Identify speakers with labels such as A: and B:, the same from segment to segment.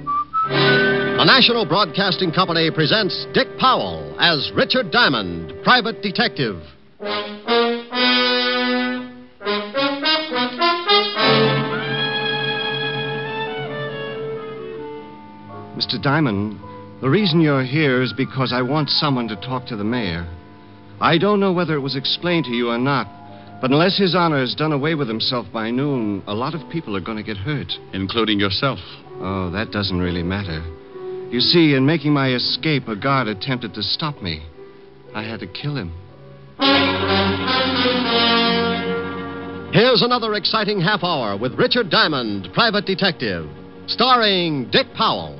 A: The National Broadcasting Company presents Dick Powell as Richard Diamond, private detective. Mr. Diamond, the reason you're here is because I want someone to talk to the mayor. I don't know whether it was explained to you or not, but unless his honor has done away with himself by noon, a lot of people are going to get hurt.
B: Including yourself.
A: Oh, that doesn't really matter. You see, in making my escape, a guard attempted to stop me. I had to kill him.
C: Here's
A: Here's another exciting half hour with Richard Diamond, private detective, starring Dick Powell.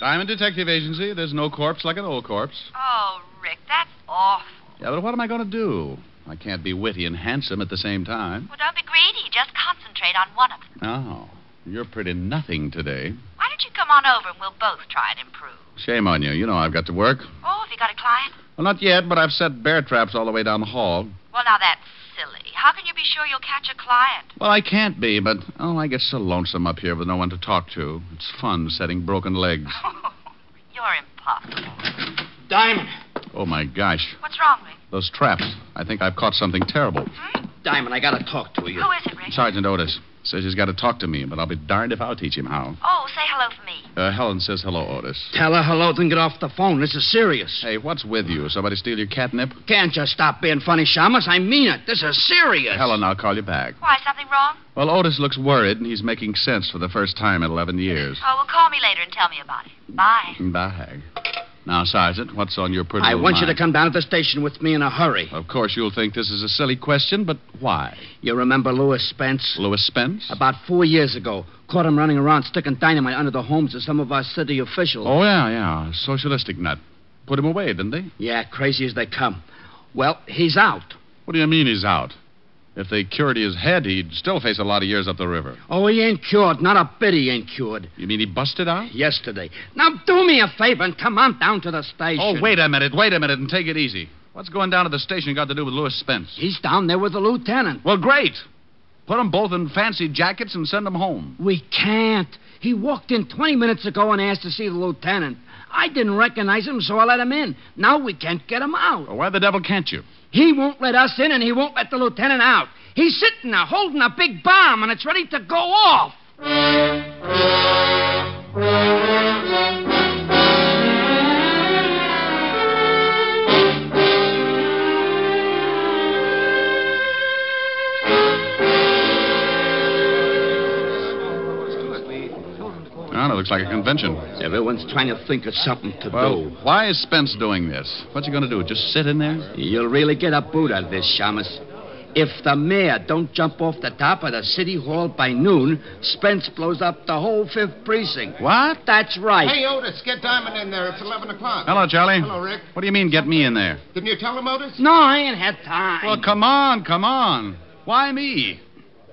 B: Diamond Detective Agency, there's no corpse like an old corpse.
D: Oh, Rick, that's awful.
B: Yeah, but what am I going to do? I can't be witty and handsome at the same time.
D: Well, don't be greedy. Just concentrate on one of them.
B: Oh, you're pretty nothing today.
D: Why don't you come on over and we'll both try and improve?
B: Shame on you. You know I've got to work.
D: Oh, have you got a client?
B: Well, not yet, but I've set bear traps all the way down the hall.
D: Well, now that's silly. How can you be sure you'll catch a client?
B: Well, I can't be, but oh, I get so lonesome up here with no one to talk to. It's fun setting broken legs.
D: You're impossible.
E: Diamond.
B: Oh my gosh,
D: What's wrong, Rick?
B: those traps! I think I've caught something terrible.
E: Diamond, I gotta talk to you.
D: Who is it, Rick?
B: Sergeant Otis says he's got to talk to me, but I'll be darned if I'll teach him how.
D: Oh, say hello for me.
B: Uh, Helen says hello, Otis.
E: Tell her hello, then get off the phone. This is serious.
B: Hey, what's with you? Somebody steal your catnip?
E: Can't you stop being funny, Shamus? I mean it. This is serious.
B: Helen, I'll call you back.
D: Why, something wrong?
B: Well, Otis looks worried, and he's making sense for the first time in 11 years.
D: Oh, well, call me later and tell me about it. Bye.
B: Bye. Now, Sergeant, what's on your pretty
E: Oh. I
B: little
E: want you to
B: mind?
E: come down to the station with me in a hurry.
B: Of course, you'll think this is a silly question, but why?
E: You remember Lewis Spence?
B: Louis Spence?
E: About four years ago, caught him running around sticking dynamite under the homes of some of our city officials.
B: Oh, yeah, yeah. Socialistic nut. Put him away, didn't they?
E: Yeah, crazy as they come. Well, he's out.
B: What do you mean he's out? If they cured his head, he'd still face a lot of years up the river.
E: Oh, he ain't cured. Not a bit he ain't cured.
B: You mean he busted out?
E: Yesterday. Now do me a favor and come on down to the station.
B: Oh, wait a minute, wait a minute, and take it easy. What's going down to the station got to do with Louis Spence?
E: He's down there with the lieutenant.
B: Well, great. Put 'em both in fancy jackets and send 'em home.
E: We can't. He walked in 20 minutes ago and asked to see the lieutenant. I didn't recognize him, so I let him in. Now we can't get him out.
B: Well, why the devil can't you?
E: He won't let us in, and he won't let the lieutenant out. He's sitting there holding a big bomb, and it's ready to go off.
B: Well, it looks like a convention.
E: Everyone's trying to think of something to
B: Well, why is Spence doing this? What's he going to do? Just sit in there?
E: You'll really get a boot out of this, Shamus. If the mayor don't jump off the top of the city hall by noon, Spence blows up the whole fifth precinct.
B: What?
E: That's right.
F: Hey, Otis, get Diamond in there. It's 11 o'clock.
B: Hello, Charlie.
F: Hello, Rick.
B: What do you mean, get me in there?
F: Didn't you tell him, Otis?
E: No, I ain't had time.
B: Well, come on, come on. Why me?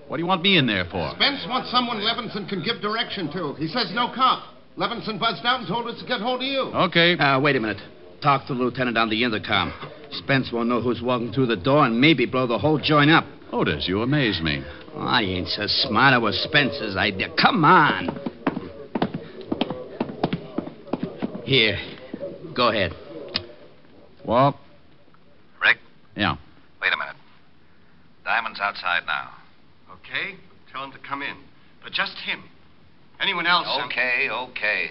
B: What do you want me in there for?
G: Spence wants someone Levinson can give direction to. He says no cop. Levinson buzzed out and told us to get hold of you.
E: Oh,
B: Okay.
H: Uh, wait a minute. Talk to the lieutenant on the intercom. Spence won't know who's walking through the door and maybe blow the whole joint up.
B: Otis, Oh, you amaze me.
H: Oh, I ain't so smart. It was Spence's idea. Come on. Here. Go ahead.
B: Walt?
I: Rick?
B: Yeah.
I: Wait a minute. Diamond's outside now.
E: Okay? Tell him to come in. But just him. Anyone else?
I: Okay, okay.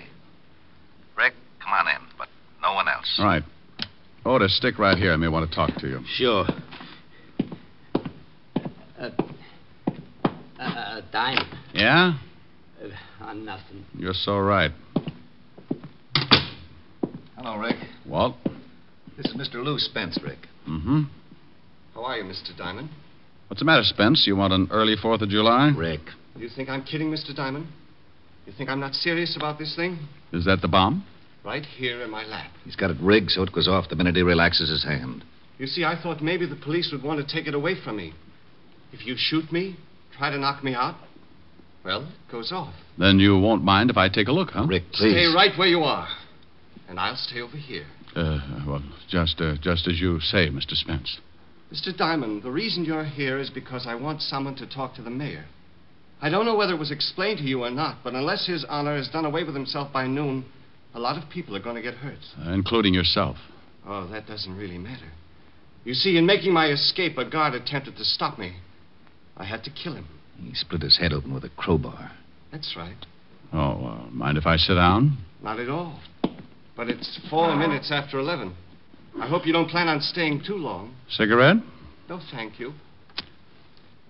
I: Rick, come on in, but no one else.
B: All right. Otis, stick right here. I may want to talk to you.
H: Sure. Uh, uh, Diamond.
B: Yeah?
H: Uh, uh, nothing.
B: You're so right.
I: Hello, Rick.
B: Walt?
I: This is Mr. Lou Spence, Rick.
B: Mm hmm.
I: Mm-hmm.
E: How are you, Mr. Diamond?
B: What's the matter, Spence? You want an early 4th of July?
H: Rick.
E: You think I'm kidding, Mr. Diamond? You think I'm not serious about this thing?
B: Is that the bomb?
E: Right here in my lap.
I: He's got it rigged so it goes off the minute he relaxes his hand.
E: You see, I thought maybe the police would want to take it away from me. If you shoot me, try to knock me out, well, it goes off.
B: Then you won't mind if I take a look, huh?
I: Rick, please.
E: Stay right where you are. And I'll stay over here.
B: Uh, well, just, uh, just as you say, Mr. Spence.
E: Mr. Diamond, the reason you're here is because I want someone to talk to the mayor. I don't know whether it was explained to you or not, but unless his honor has done away with himself by noon, a lot of people are going to get hurt.
B: Uh, including yourself.
E: Oh, that doesn't really matter. You see, in making my escape, a guard attempted to stop me. I had to kill him.
I: He split his head open with a crowbar.
E: That's right.
B: Oh, uh, mind if I sit down?
E: Not at all. But it's four minutes after 11. I hope you don't plan on staying too long.
B: Cigarette?
E: No, thank you.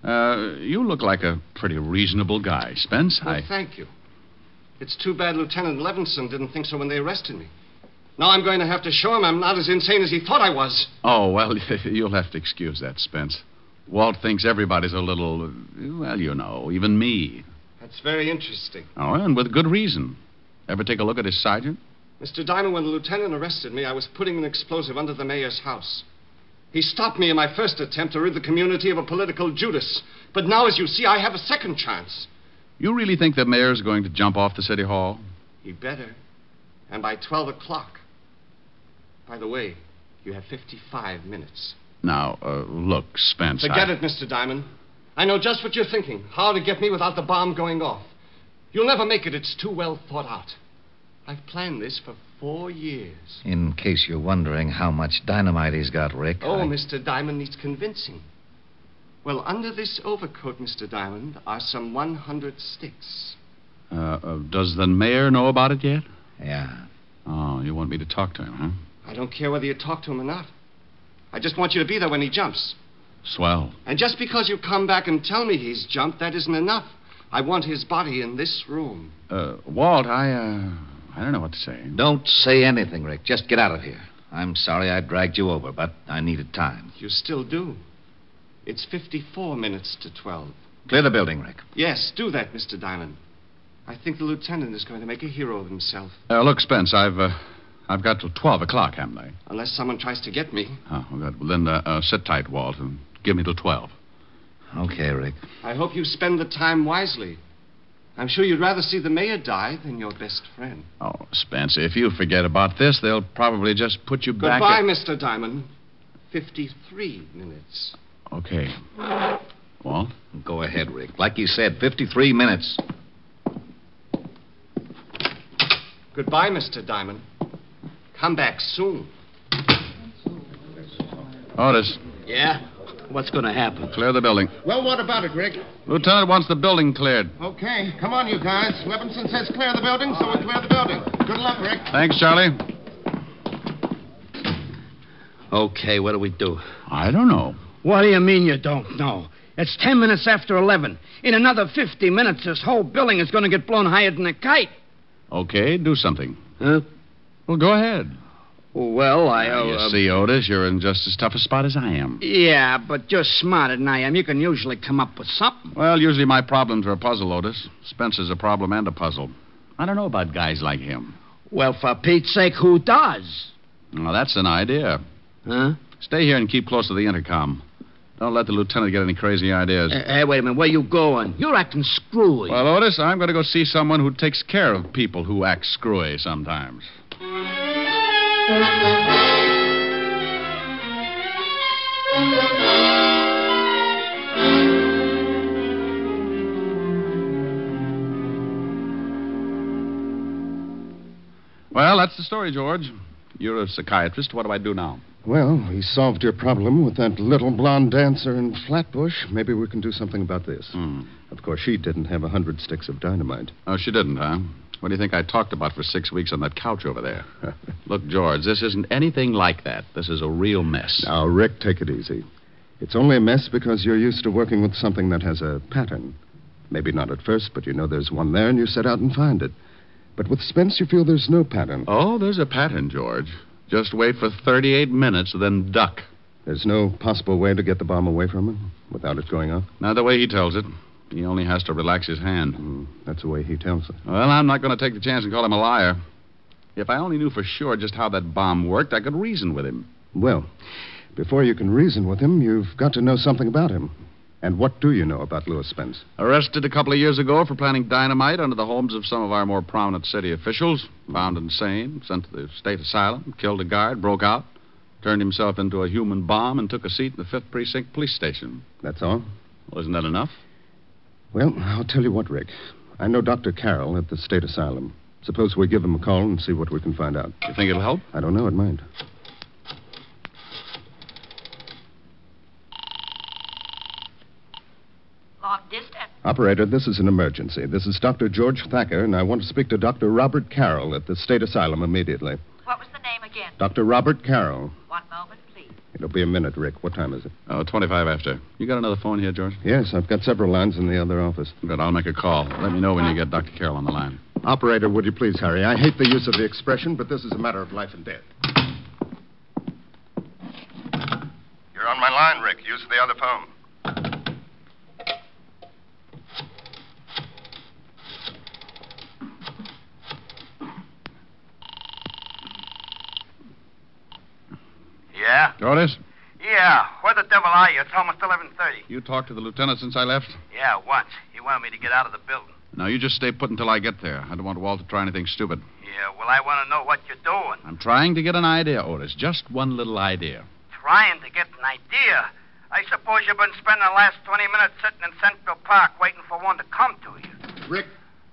B: Uh, you look like a pretty reasonable guy, Spence.
E: Well,
B: I...
E: thank you. It's too bad Lieutenant Levinson didn't think so when they arrested me. Now I'm going to have to show him I'm not as insane as he thought I was.
B: Oh, well, you'll have to excuse that, Spence. Walt thinks everybody's a little, well, you know, even me.
E: That's very interesting.
B: Oh, and with good reason. Ever take a look at his sergeant?
E: Mr. Diamond, when the lieutenant arrested me, I was putting an explosive under the mayor's house. He stopped me in my first attempt to rid the community of a political Judas. But now, as you see, I have a second chance.
B: You really think the mayor's going to jump off the city hall?
E: He better. And by 12 o'clock. By the way, you have 55 minutes.
B: Now, uh, look, Spence.
E: Forget
B: I...
E: it, Mr. Diamond. I know just what you're thinking how to get me without the bomb going off. You'll never make it, it's too well thought out. I've planned this for four years.
I: In case you're wondering how much dynamite he's got, Rick.
E: Oh,
I: I...
E: Mr. Diamond needs convincing. Well, under this overcoat, Mr. Diamond, are some 100 sticks.
B: Uh, uh, does the mayor know about it yet?
I: Yeah.
B: Oh, you want me to talk to him, huh?
E: I don't care whether you talk to him or not. I just want you to be there when he jumps.
B: Swell.
E: And just because you come back and tell me he's jumped, that isn't enough. I want his body in this room.
B: Uh, Walt, I, uh, I don't know what to say.
I: Don't say anything, Rick. Just get out of here. I'm sorry I dragged you over, but I needed time.
E: You still do. It's 54 minutes to 12.
I: Clear the building, Rick.
E: Yes, do that, Mr. Diamond. I think the lieutenant is going to make a hero of himself.
B: Uh, look, Spence, I've, uh, I've got till 12 o'clock, haven't I?
E: Unless someone tries to get me.
B: Oh, good. Well, then uh, uh, sit tight, Walt, and give me till 12.
I: Okay, Rick.
E: I hope you spend the time wisely. I'm sure you'd rather see the mayor die than your best friend.
B: Oh, Spence, if you forget about this, they'll probably just put you
E: Goodbye,
B: back.
E: Goodbye, at... Mr. Diamond. 53 minutes.
B: Okay. Walt?
I: Go ahead, Rick. Like you said, 53 minutes.
E: Goodbye, Mr. Diamond. Come back soon.
B: Otis.
H: Yeah? What's going to happen?
B: Clear the building.
G: Well, what about it, Rick?
B: Lieutenant wants the building cleared.
G: Okay. Come on, you guys. Levinson says clear the building, so we'll clear the building. Good luck, Rick.
B: Thanks, Charlie.
H: Okay, what do we do?
B: I don't know.
H: What do you mean you don't know? It's ten minutes after 11. In another 50 minutes, this whole building is going to get blown higher than a kite.
B: Okay, do something.
H: Huh?
B: Well, go ahead.
H: Well, I.
E: Oh,
B: Uh, you
E: um,
B: uh, see, Otis, you're in just as tough a spot as I am.
H: Yeah, but you're smarter than I am. You can usually come up with something.
B: Well, usually my problems are a puzzle, Otis. Spencer's a problem and a puzzle. I don't know about guys like him.
H: Well, for Pete's sake, who does?
B: Now, that's an idea.
H: Huh?
B: Stay here and keep close to the intercom. Don't let the lieutenant get any crazy ideas.
J: Hey, hey, wait a minute. Where you going? You're acting screwy.
B: Well, Otis, I'm going to go see someone who takes care of people who act screwy sometimes. Well, that's the story, George. You're a psychiatrist. What do I do now?
E: Well, we solved your problem with that little blonde dancer in Flatbush. Maybe we can do something about this.
H: Hmm.
B: Mm.
E: Of course, she didn't have a hundred sticks of dynamite.
B: Oh, she didn't, huh? What do you think I talked about for six weeks on that couch over there? Look, George, this isn't anything like that. This is a real mess.
E: Now, Rick, take it easy. It's only a mess because you're used to working with something that has a pattern. Maybe not at first, but you know there's one there and you set out and find it. But with Spence, you feel there's no pattern.
B: Oh, there's a pattern, George. Just wait for 38 minutes, then duck.
E: There's no possible way to get the bomb away from him without it going off?
B: Not the way he tells it. He only has to relax his hand.
E: Mm, that's the way he tells it.
B: Well, I'm not going to take the chance and call him a liar. If I only knew for sure just how that bomb worked, I could reason with him.
E: Well, before you can reason with him, you've got to know something about him. And what do you know about Lewis Spence?
B: Arrested a couple of years ago for planting dynamite under the homes of some of our more prominent city officials. Found insane, sent to the state asylum, killed a guard, broke out, turned himself into a human bomb, and took a seat in the 5th Precinct Police Station.
E: That's all?
B: Well, isn't that enough?
E: Well, I'll tell you what, Rick. I know Dr. Carroll at the state asylum. Suppose we give him a call and see what we can find out.
B: You think it'll help?
E: I don't know. It might. Operator, this is an emergency. This is Dr. George Thacker, and I want to speak to Dr. Robert Carroll at the state asylum immediately.
K: What was the name again?
E: Dr. Robert Carroll.
K: One moment, please.
E: It'll be a minute, Rick. What time is it?
B: Oh, 25 after. You got another phone here, George?
E: Yes, I've got several lines in the other office.
B: Good. I'll make a call. Let me know when you get Dr. Carroll on the line.
E: Operator, would you please hurry? I hate the use of the expression, but this is a matter of life and death.
D: You're on my line, Rick. Use the other phone. Yeah?
B: Otis?
D: Yeah. Where the devil are you? It's almost 11.30.
B: You talked to the lieutenant since I left?
D: Yeah, once. He wanted me to get out of the building.
B: Now, you just stay put until I get there. I don't want Walt to try anything stupid.
D: Yeah, well, I want to know what you're doing.
B: I'm trying to get an idea, Otis. Just one little idea.
D: Trying to get an idea? I suppose you've been spending the last 20 minutes sitting in Central Park waiting for one to come to you.
L: Rick,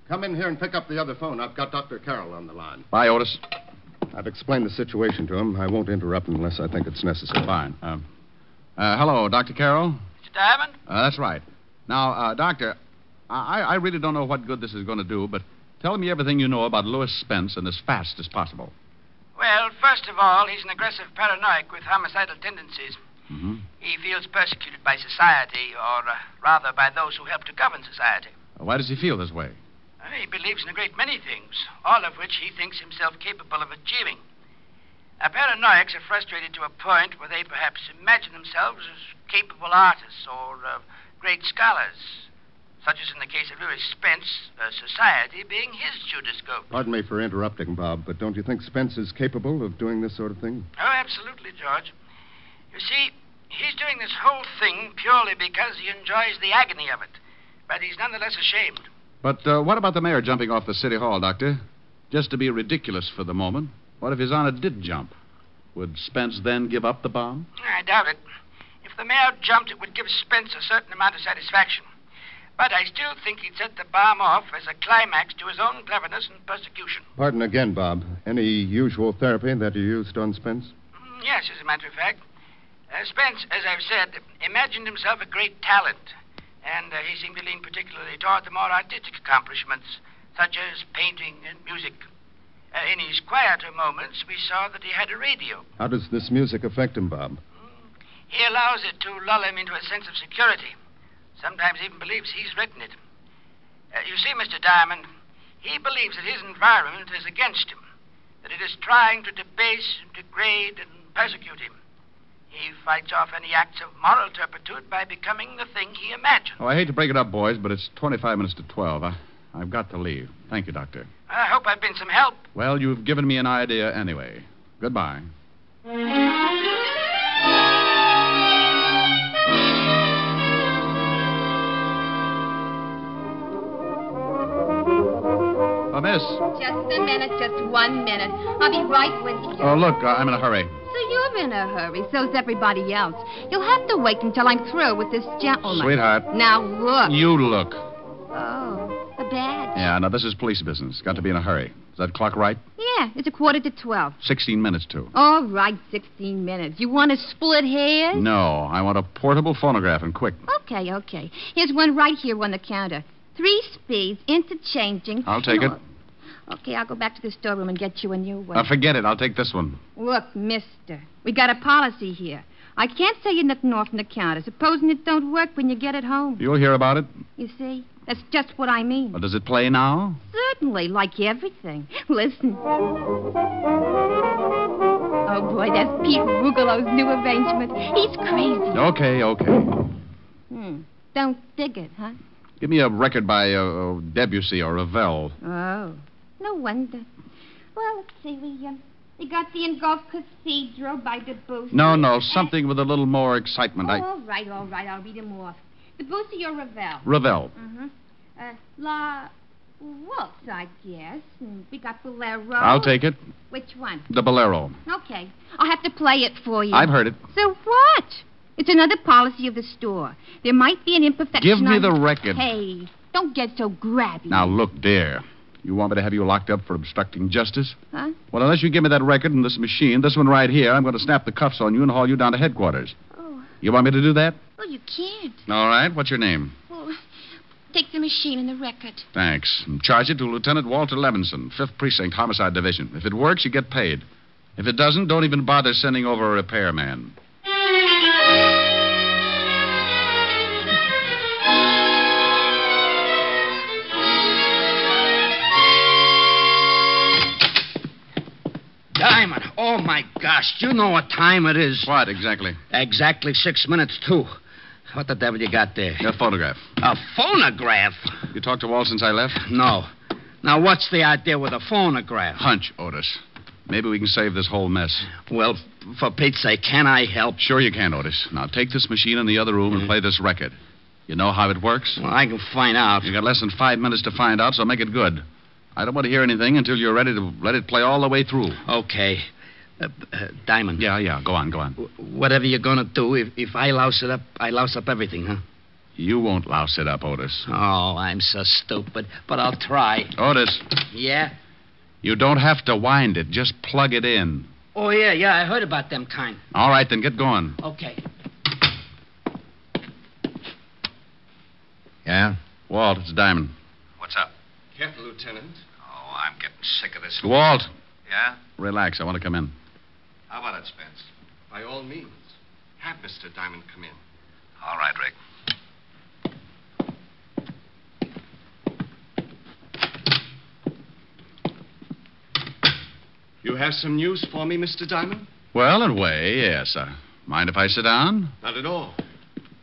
L: come in here and pick up the other phone. I've got Dr. Carroll on the line.
B: Bye, Otis.
E: I've explained the situation to him. I won't interrupt unless I think it's necessary.
B: Fine. Uh, uh, hello, Dr. Carroll?
D: Mr. Diamond?
B: Uh, that's right. Now, uh, Doctor, I, I really don't know what good this is going to do, but tell me everything you know about Lewis Spence and as fast as possible.
D: Well, first of all, he's an aggressive paranoiac with homicidal tendencies.
B: Mm-hmm.
D: He feels persecuted by society, or uh, rather by those who help to govern society.
B: Why does he feel this way?
D: He believes in a great many things, all of which he thinks himself capable of achieving. Uh, paranoiacs are frustrated to a point where they perhaps imagine themselves as capable artists or uh, great scholars, such as in the case of Lewis Spence, uh, society being his judoscope.
E: Pardon me for interrupting, Bob, but don't you think Spence is capable of doing this sort of thing?
D: Oh, absolutely, George. You see, he's doing this whole thing purely because he enjoys the agony of it, but he's nonetheless ashamed.
B: But uh, what about the mayor jumping off the city hall, Doctor? Just to be ridiculous for the moment, what if his honor did jump? Would Spence then give up the bomb?
D: I doubt it. If the mayor jumped, it would give Spence a certain amount of satisfaction. But I still think he'd set the bomb off as a climax to his own cleverness and persecution.
E: Pardon again, Bob. Any usual therapy that you used on Spence?
D: Mm, yes, as a matter of fact. Uh, Spence, as I've said, imagined himself a great talent and uh, he seemed to lean particularly toward the more artistic accomplishments, such as painting and music. Uh, in his quieter moments, we saw that he had a radio.
E: How does this music affect him, Bob?
D: Mm. He allows it to lull him into a sense of security. Sometimes even believes he's written it. Uh, you see, Mr. Diamond, he believes that his environment is against him, that it is trying to debase and degrade and persecute him. He fights off any acts of moral turpitude by becoming the thing he imagined.
B: Oh, I hate to break it up, boys, but it's 25 minutes to 12. I, have got to leave. Thank you, Doctor.
D: I hope I've been some help.
B: Well, you've given me an idea anyway. Goodbye.
E: Uh, miss.
M: Just a minute, just one minute. I'll be right with you.
E: Oh, look, I- I'm in a hurry.
M: So you're in a hurry. So's everybody else. You'll have to wait until I'm through with this gentleman.
E: Sweetheart.
M: Now look.
E: You look.
M: Oh, the badge.
E: Yeah, now this is police business. Got to be in a hurry. Is that clock right?
M: Yeah, it's a quarter to twelve.
E: 16 minutes to.
M: All right, sixteen minutes. You want to split hairs?
E: No, I want a portable phonograph and quick.
M: Okay, okay. Here's one right here on the counter. Three speeds, interchanging.
E: I'll take it.
M: Okay, I'll go back to the storeroom and get you a new one.
E: Now, forget it. I'll take this one.
M: Look, mister, we got a policy here. I can't sell you nothing off the counter, supposing it don't work when you get it home.
E: You'll hear about it.
M: You see? That's just what I mean.
E: Well, does it play now?
M: Certainly, like everything. Listen. Oh, boy, that's Pete Rugelo's new arrangement. He's crazy.
E: Okay, okay.
M: Hmm. Don't dig it, huh?
E: Give me a record by uh, Debussy or Ravel.
M: Oh, no wonder. Well, let's see. We, um, we got the Engulfed Cathedral by Debussy.
E: No, no, something with a little more excitement.
M: Oh,
E: I
M: all right, all right. I'll read them off. Debussy or Ravel?
E: Ravel.
M: Mm-hmm. Uh, La Waltz, I guess. And we got Bolero.
E: I'll take it.
M: Which one?
E: The Bolero.
M: Okay. I'll have to play it for you.
E: I've heard it.
M: So what? It's another policy of the store. There might be an imperfection.
E: Give me
M: on-
E: the record.
M: Hey, don't get so grabby.
E: Now look, dear. You want me to have you locked up for obstructing justice?
M: Huh?
E: Well, unless you give me that record and this machine, this one right here, I'm going to snap the cuffs on you and haul you down to headquarters.
M: Oh.
E: You want me to do that?
M: Oh, you can't.
E: All right. What's your name?
M: Well, take the machine and the record.
E: Thanks. And Charge it to Lieutenant Walter Levinson, 5th Precinct, Homicide Division. If it works, you get paid. If it doesn't, don't even bother sending over a repairman.
N: Diamond, oh my gosh, you know what time it is.
E: What exactly?
N: Exactly six minutes, too. What the devil you got there?
E: A photograph.
N: A phonograph?
E: You talked to Walt since I left?
N: No. Now, what's the idea with a phonograph?
E: Hunch, Otis. Maybe we can save this whole mess.
N: Well, for Pete's sake, can I help? Mm.
E: Sure you can, Otis. Now take this machine in the other room and play this record. You know how it works?
N: Well, I can find out.
E: You got less than five minutes to find out, so make it good. I don't want to hear anything until you're ready to let it play all the way through.
N: Okay. Uh, uh, Diamond.
E: Yeah, yeah. Go on, go on.
N: Whatever you're going to do, if, if I louse it up, I louse up everything, huh?
E: You won't louse it up, Otis.
N: Oh, I'm so stupid, but I'll try.
E: Otis,
N: Yeah?
E: you don't have to wind it. Just plug it in.
N: Oh, yeah, yeah, I heard about them kind.
E: All right, then get going.
N: Okay.
O: Yeah?
E: Walt, it's Diamond.
O: What's up?
B: Careful, Lieutenant.
O: Oh, I'm getting sick of this.
E: Walt,
O: Yeah?
E: relax. I want to come in.
B: How about it, Spence? By all means, have Mr. Diamond come in.
O: All right, Rick.
B: You have some news for me, Mr. Diamond?
E: Well, in a way, yes. Uh, mind if I sit down?
B: Not at all.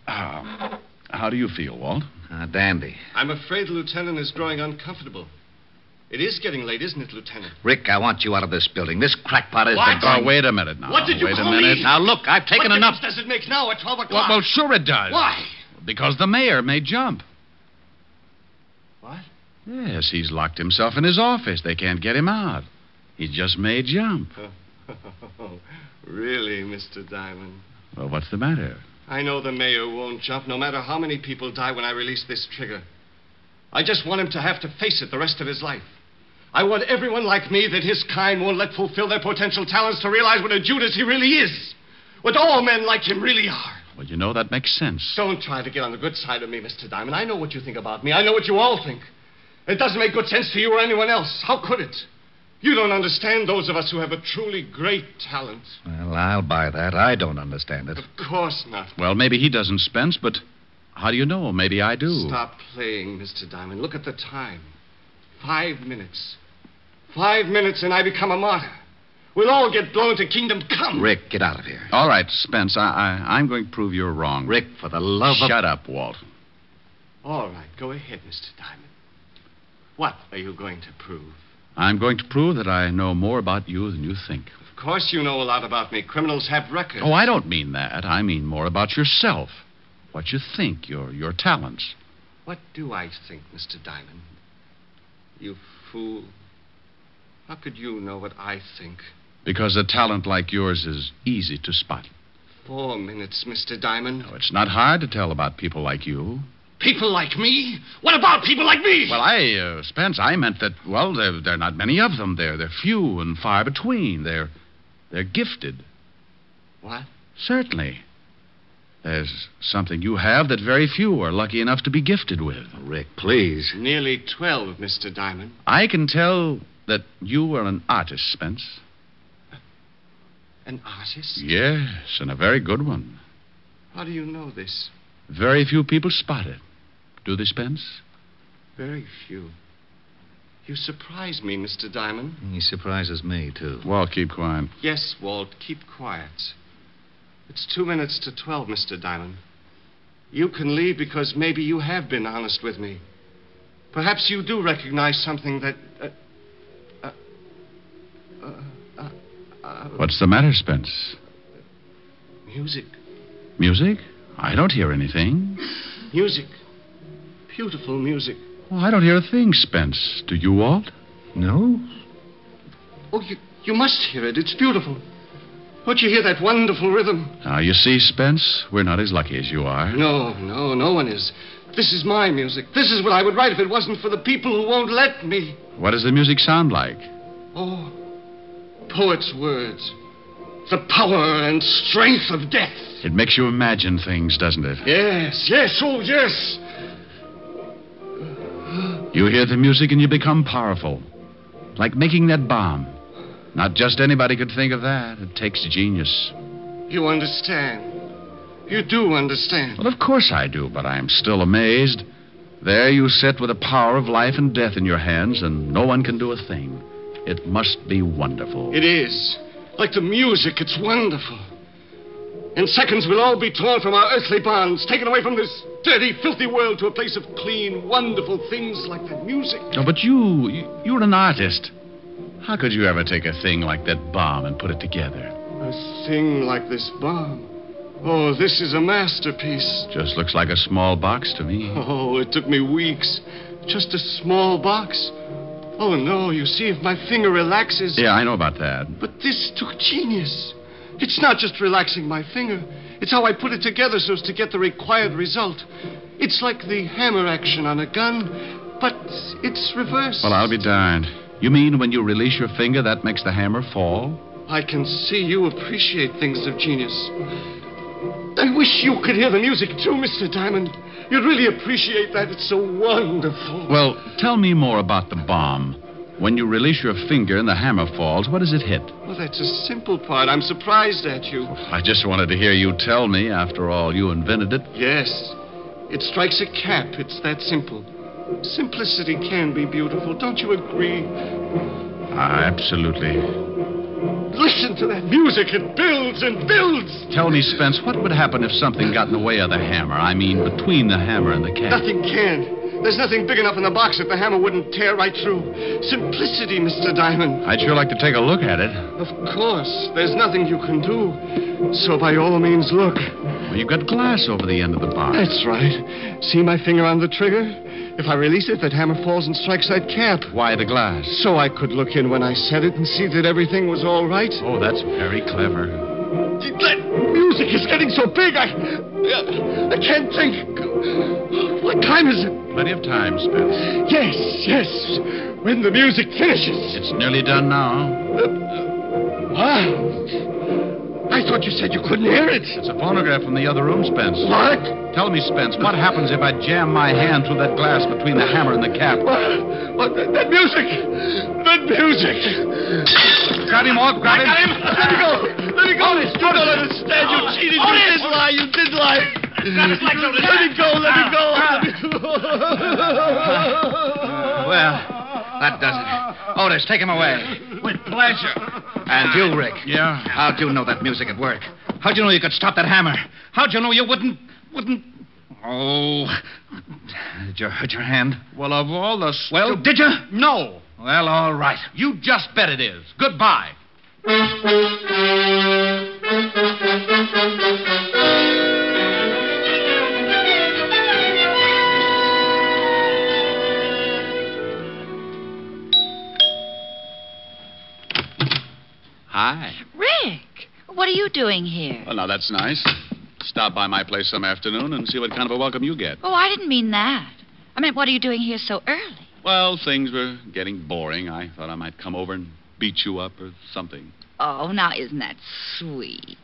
E: Ah, how do you feel, Walt?
O: Uh, dandy.
B: I'm afraid the lieutenant is growing uncomfortable. It is getting late, isn't it, Lieutenant?
O: Rick, I want you out of this building. This crackpot is
B: What?
O: the
E: Oh, wait a minute now.
B: What did you
E: wait a
B: call
E: minute.
B: me?
E: Now, look, I've taken
B: what
E: enough.
B: difference does it make now at 12
E: Well,
B: o'clock?
E: well, sure it does.
B: Why?
E: Because the mayor may jump.
B: What?
E: Yes, he's locked himself in his office. They can't get him out. He just may jump.
B: really, Mr. Diamond?
E: Well, what's the matter?
B: I know the mayor won't jump, no matter how many people die when I release this trigger. I just want him to have to face it the rest of his life. I want everyone like me that his kind won't let fulfill their potential talents to realize what a Judas he really is. What all men like him really are.
E: Well, you know, that makes sense.
B: Don't try to get on the good side of me, Mr. Diamond. I know what you think about me. I know what you all think. It doesn't make good sense to you or anyone else. How could it? You don't understand those of us who have a truly great talent.
O: Well, I'll buy that. I don't understand it.
B: Of course not.
E: Well, maybe he doesn't, Spence, but how do you know? Maybe I do.
B: Stop playing, Mr. Diamond. Look at the time. Five minutes. Five minutes, and I become a martyr. We'll all get blown to kingdom come.
O: Rick, get out of here.
E: All right, Spence, I, I, I'm going to prove you're wrong.
O: Rick, for the love of.
E: Shut up, Walt.
B: All right, go ahead, Mr. Diamond. What are you going to prove?
E: I'm going to prove that I know more about you than you think.
B: Of course, you know a lot about me. Criminals have records.
E: Oh, I don't mean that. I mean more about yourself. What you think, your your talents.
B: What do I think, Mr. Diamond? You fool. How could you know what I think?
E: Because a talent like yours is easy to spot.
B: Four minutes, Mr. Diamond. No,
E: It's not hard to tell about people like you.
C: People like me? What about people like me?
E: Well, I, uh, Spence, I meant that, well, there, there are not many of them. They're, they're few and far between. They're, they're gifted.
B: What?
E: Certainly. There's something you have that very few are lucky enough to be gifted with.
O: Rick, please.
B: Nearly 12, Mr. Diamond.
E: I can tell that you are an artist, Spence.
B: An artist?
E: Yes, and a very good one.
B: How do you know this?
E: Very few people spot it. Do they, Spence?
B: Very few. You surprise me, Mr. Diamond.
O: He surprises me, too.
E: Well, keep quiet.
B: Yes, Walt, keep quiet. It's two minutes to twelve, Mr. Diamond. You can leave because maybe you have been honest with me. Perhaps you do recognize something that. Uh, uh, uh, uh, uh,
E: What's the matter, Spence?
B: Music.
E: Music? I don't hear anything.
B: Music. Beautiful music.
E: Well, I don't hear a thing, Spence. Do you, Walt?
O: No.
B: Oh, you, you must hear it. It's beautiful. Don't you hear that wonderful rhythm?
E: Now, Ah, you see, Spence, we're not as lucky as you are.
B: No, no, no one is. This is my music. This is what I would write if it wasn't for the people who won't let me.
E: What does the music sound like?
B: Oh, poet's words. The power and strength of death.
E: It makes you imagine things, doesn't it?
B: Yes, yes, oh, yes.
E: You hear the music and you become powerful. Like making that bomb. Not just anybody could think of that. It takes genius.
B: You understand. You do understand.
E: Well, of course I do, but I'm still amazed. There you sit with the power of life and death in your hands, and no one can do a thing. It must be wonderful.
B: It is. Like the music, it's wonderful. In seconds, we'll all be torn from our earthly bonds, taken away from this dirty, filthy world to a place of clean, wonderful things like that music.
E: No, Oh, but you, you- you're an artist. How could you ever take a thing like that bomb and put it together?
B: A thing like this bomb. Oh, this is a masterpiece.
E: Just looks like a small box to me.
B: Oh, it took me weeks. Just a small box. Oh, no, you see, if my finger relaxes.
E: Yeah, I know about that.
B: But this took genius. It's not just relaxing my finger, it's how I put it together so as to get the required result. It's like the hammer action on a gun, but it's reversed.
E: Well, I'll be darned. You mean when you release your finger, that makes the hammer fall?
B: I can see you appreciate things of genius. I wish you could hear the music too, Mr. Diamond. You'd really appreciate that. It's so wonderful.
E: Well, tell me more about the bomb. When you release your finger and the hammer falls, what does it hit?
B: Well, Oh, that's a simple part. I'm surprised at you.
E: I just wanted to hear you tell me. After all, you invented it.
B: Yes. It strikes a cap. It's that simple. Simplicity can be beautiful. Don't you agree?
E: Ah, absolutely.
B: Listen to that music. It builds and builds.
E: Tell me, Spence, what would happen if something got in the way of the hammer? I mean, between the hammer and the cap.
B: Nothing can. There's nothing big enough in the box that the hammer wouldn't tear right through. Simplicity, Mr. Diamond.
E: I'd sure like to take a look at it.
B: Of course, there's nothing you can do. So by all means, look.
E: Well, you've got glass over the end of the box.
B: That's right. See my finger on the trigger? If I release it, that hammer falls and strikes that cap.
E: Why the glass?
B: So I could look in when I said it and see that everything was all right.
E: Oh, that's very clever.
B: That music is getting so big, I. I can't think. What time is it?
E: Plenty of time, Spence.
B: Yes, yes. When the music finishes. Uh,
E: It's nearly done now.
B: Ah. I thought you said you couldn't hear it.
E: It's a phonograph from the other room, Spence.
B: What?
E: Tell me, Spence, what happens if I jam my hand through that glass between the hammer and the cap?
B: What? what that, that music. That music.
E: Got him, Ork, got him.
B: Let me go. Let me go. Otis, you don't understand. You cheated. You did lie. You did lie. Let me go. Let me go.
E: Ah.
B: Let me
O: Well, that does it. Otis, take him away. With pleasure. And you, Rick.
E: Yeah.
O: How'd you know that music at work? How'd you know you could stop that hammer? How'd you know you wouldn't. wouldn't. Oh. Did you hurt your hand?
E: Well, of all the...
O: Well, did you?
E: No.
O: Well, all right.
E: You just bet it is. Goodbye.
P: Hi.
D: Rick, what are you doing here?
P: Well, now that's nice. Stop by my place some afternoon and see what kind of a welcome you get.
D: Oh, I didn't mean that. I meant, what are you doing here so early?
P: Well, things were getting boring. I thought I might come over and beat you up or something.
D: Oh, now isn't that sweet?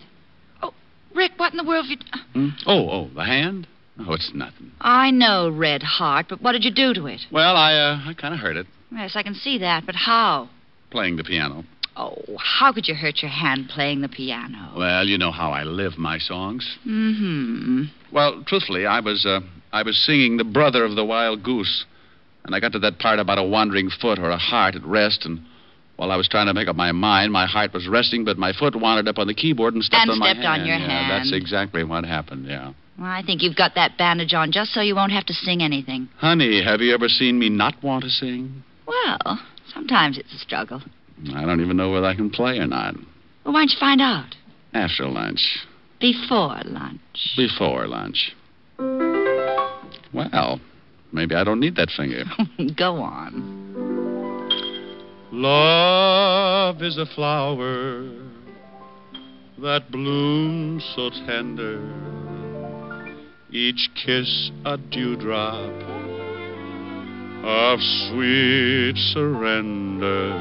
D: Oh, Rick, what in the world have you.
P: Hmm? Oh, oh, the hand? Oh, it's nothing.
D: I know, Red Heart, but what did you do to it?
P: Well, I, uh, I kind of hurt it
D: Yes, I can see that, but how?
P: playing the piano.
D: Oh, how could you hurt your hand playing the piano?
P: Well, you know how I live my songs.
D: Mm-hmm.
P: Well, truthfully, I was uh, I was singing "The Brother of the Wild Goose," and I got to that part about a wandering foot or a heart at rest, and while I was trying to make up my mind, my heart was resting, but my foot wandered up on the keyboard and stepped
D: And
P: on my
D: stepped on your
P: yeah, That's
D: hand.
P: exactly what happened. Yeah.
D: Well, I think you've got that bandage on just so you won't have to sing anything.
P: Honey, have you ever seen me not want to sing?
D: Well, sometimes it's a struggle.
P: I don't even know whether I can play or not.
D: Well, why don't you find out?
P: After lunch,
D: Before lunch.
P: before lunch. Well, maybe I don't need that finger.
D: Go on.
E: Love is a flower that blooms so tender. Each kiss a dewdrop of sweet surrender.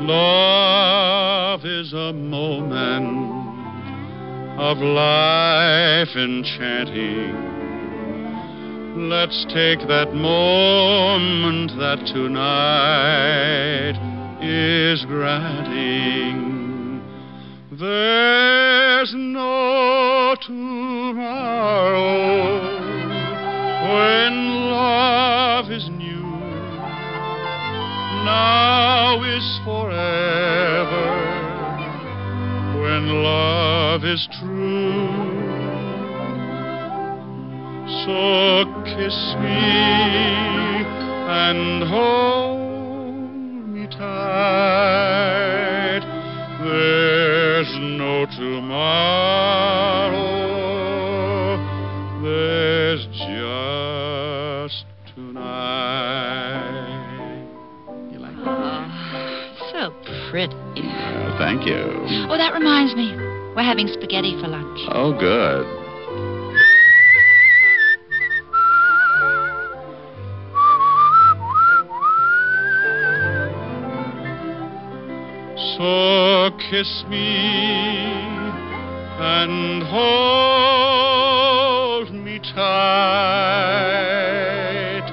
E: Love is a moment of life enchanting. Let's take that moment that tonight is granting. There's no tomorrow when love is new. Now is forever when love is true. So kiss me and hold me tight. There's no tomorrow. There's just tonight. You like
D: Ah, So pretty.
P: Well, thank you.
D: Oh, that reminds me. We're having spaghetti for lunch.
P: Oh, good.
E: So kiss me and hold me tight.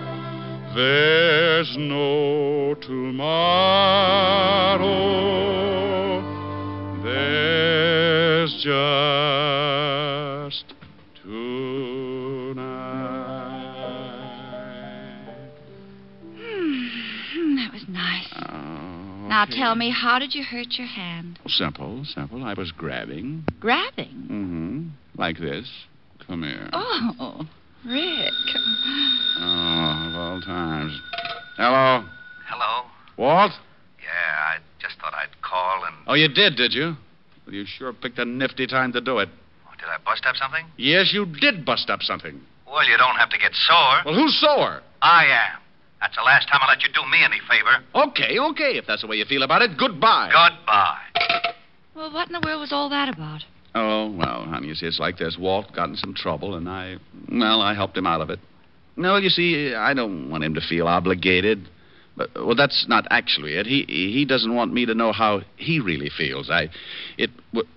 E: There's no tomorrow. There's just tonight.
D: Hmm, that was nice. Now tell me, how did you hurt your hand?
P: Simple, simple. Oh, I was grabbing.
D: Grabbing.
P: Mm-hmm. Like this. Come here.
D: Oh, Rick.
P: Oh, of all times. Hello,
Q: Hello?
P: Walt.
Q: Yeah, I just thought I'd call and.
P: Oh, you did, did you? Well, you sure picked a nifty time to do it.
Q: Oh, did I bust up something?
P: Yes, you did bust up something.
Q: Well, you don't have to get sore.
P: Well, who's sore?
Q: I am. That's the last time I let you do me any favor.
P: Okay, okay. If that's the way you feel about it, goodbye.
Q: Goodbye.
D: Well, what in the world was all that about?
P: Oh well, honey, you see, it's like this. Walt got in some trouble, and I, well, I helped him out of it. No, you see, I don't want him to feel obligated. But well, that's not actually it. He he doesn't want me to know how he really feels. I, it. w-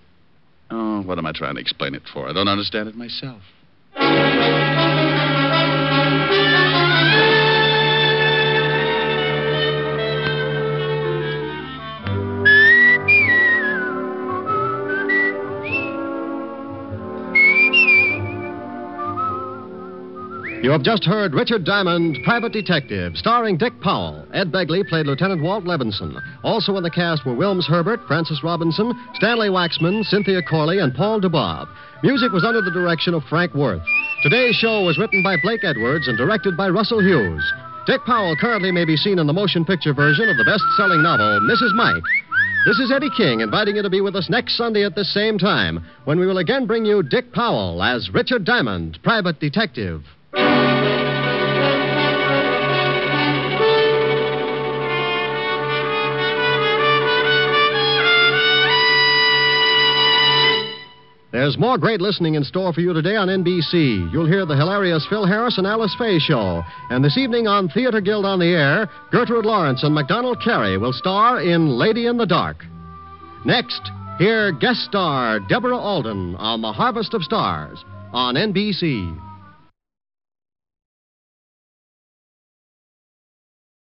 P: Oh, what am I trying to explain it for? I don't understand it myself.
B: You have just heard Richard Diamond, Private Detective, starring Dick Powell. Ed Begley played Lieutenant Walt Levinson. Also in the cast were Wilms Herbert, Francis Robinson, Stanley Waxman, Cynthia Corley, and Paul DeBob. Music was under the direction of Frank Worth. Today's show was written by Blake Edwards and directed by Russell Hughes. Dick Powell currently may be seen in the motion picture version of the best selling novel, Mrs. Mike. This is Eddie King inviting you to be with us next Sunday at this same time when we will again bring you Dick Powell as Richard Diamond, Private Detective. There's more great listening in store for you today on NBC. You'll hear the hilarious Phil Harris and Alice Faye show. And this evening on Theater Guild on the Air, Gertrude Lawrence and MacDonald Carey will star in Lady in the Dark. Next, hear guest star Deborah Alden on The Harvest of Stars on NBC.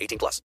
R: 18 plus.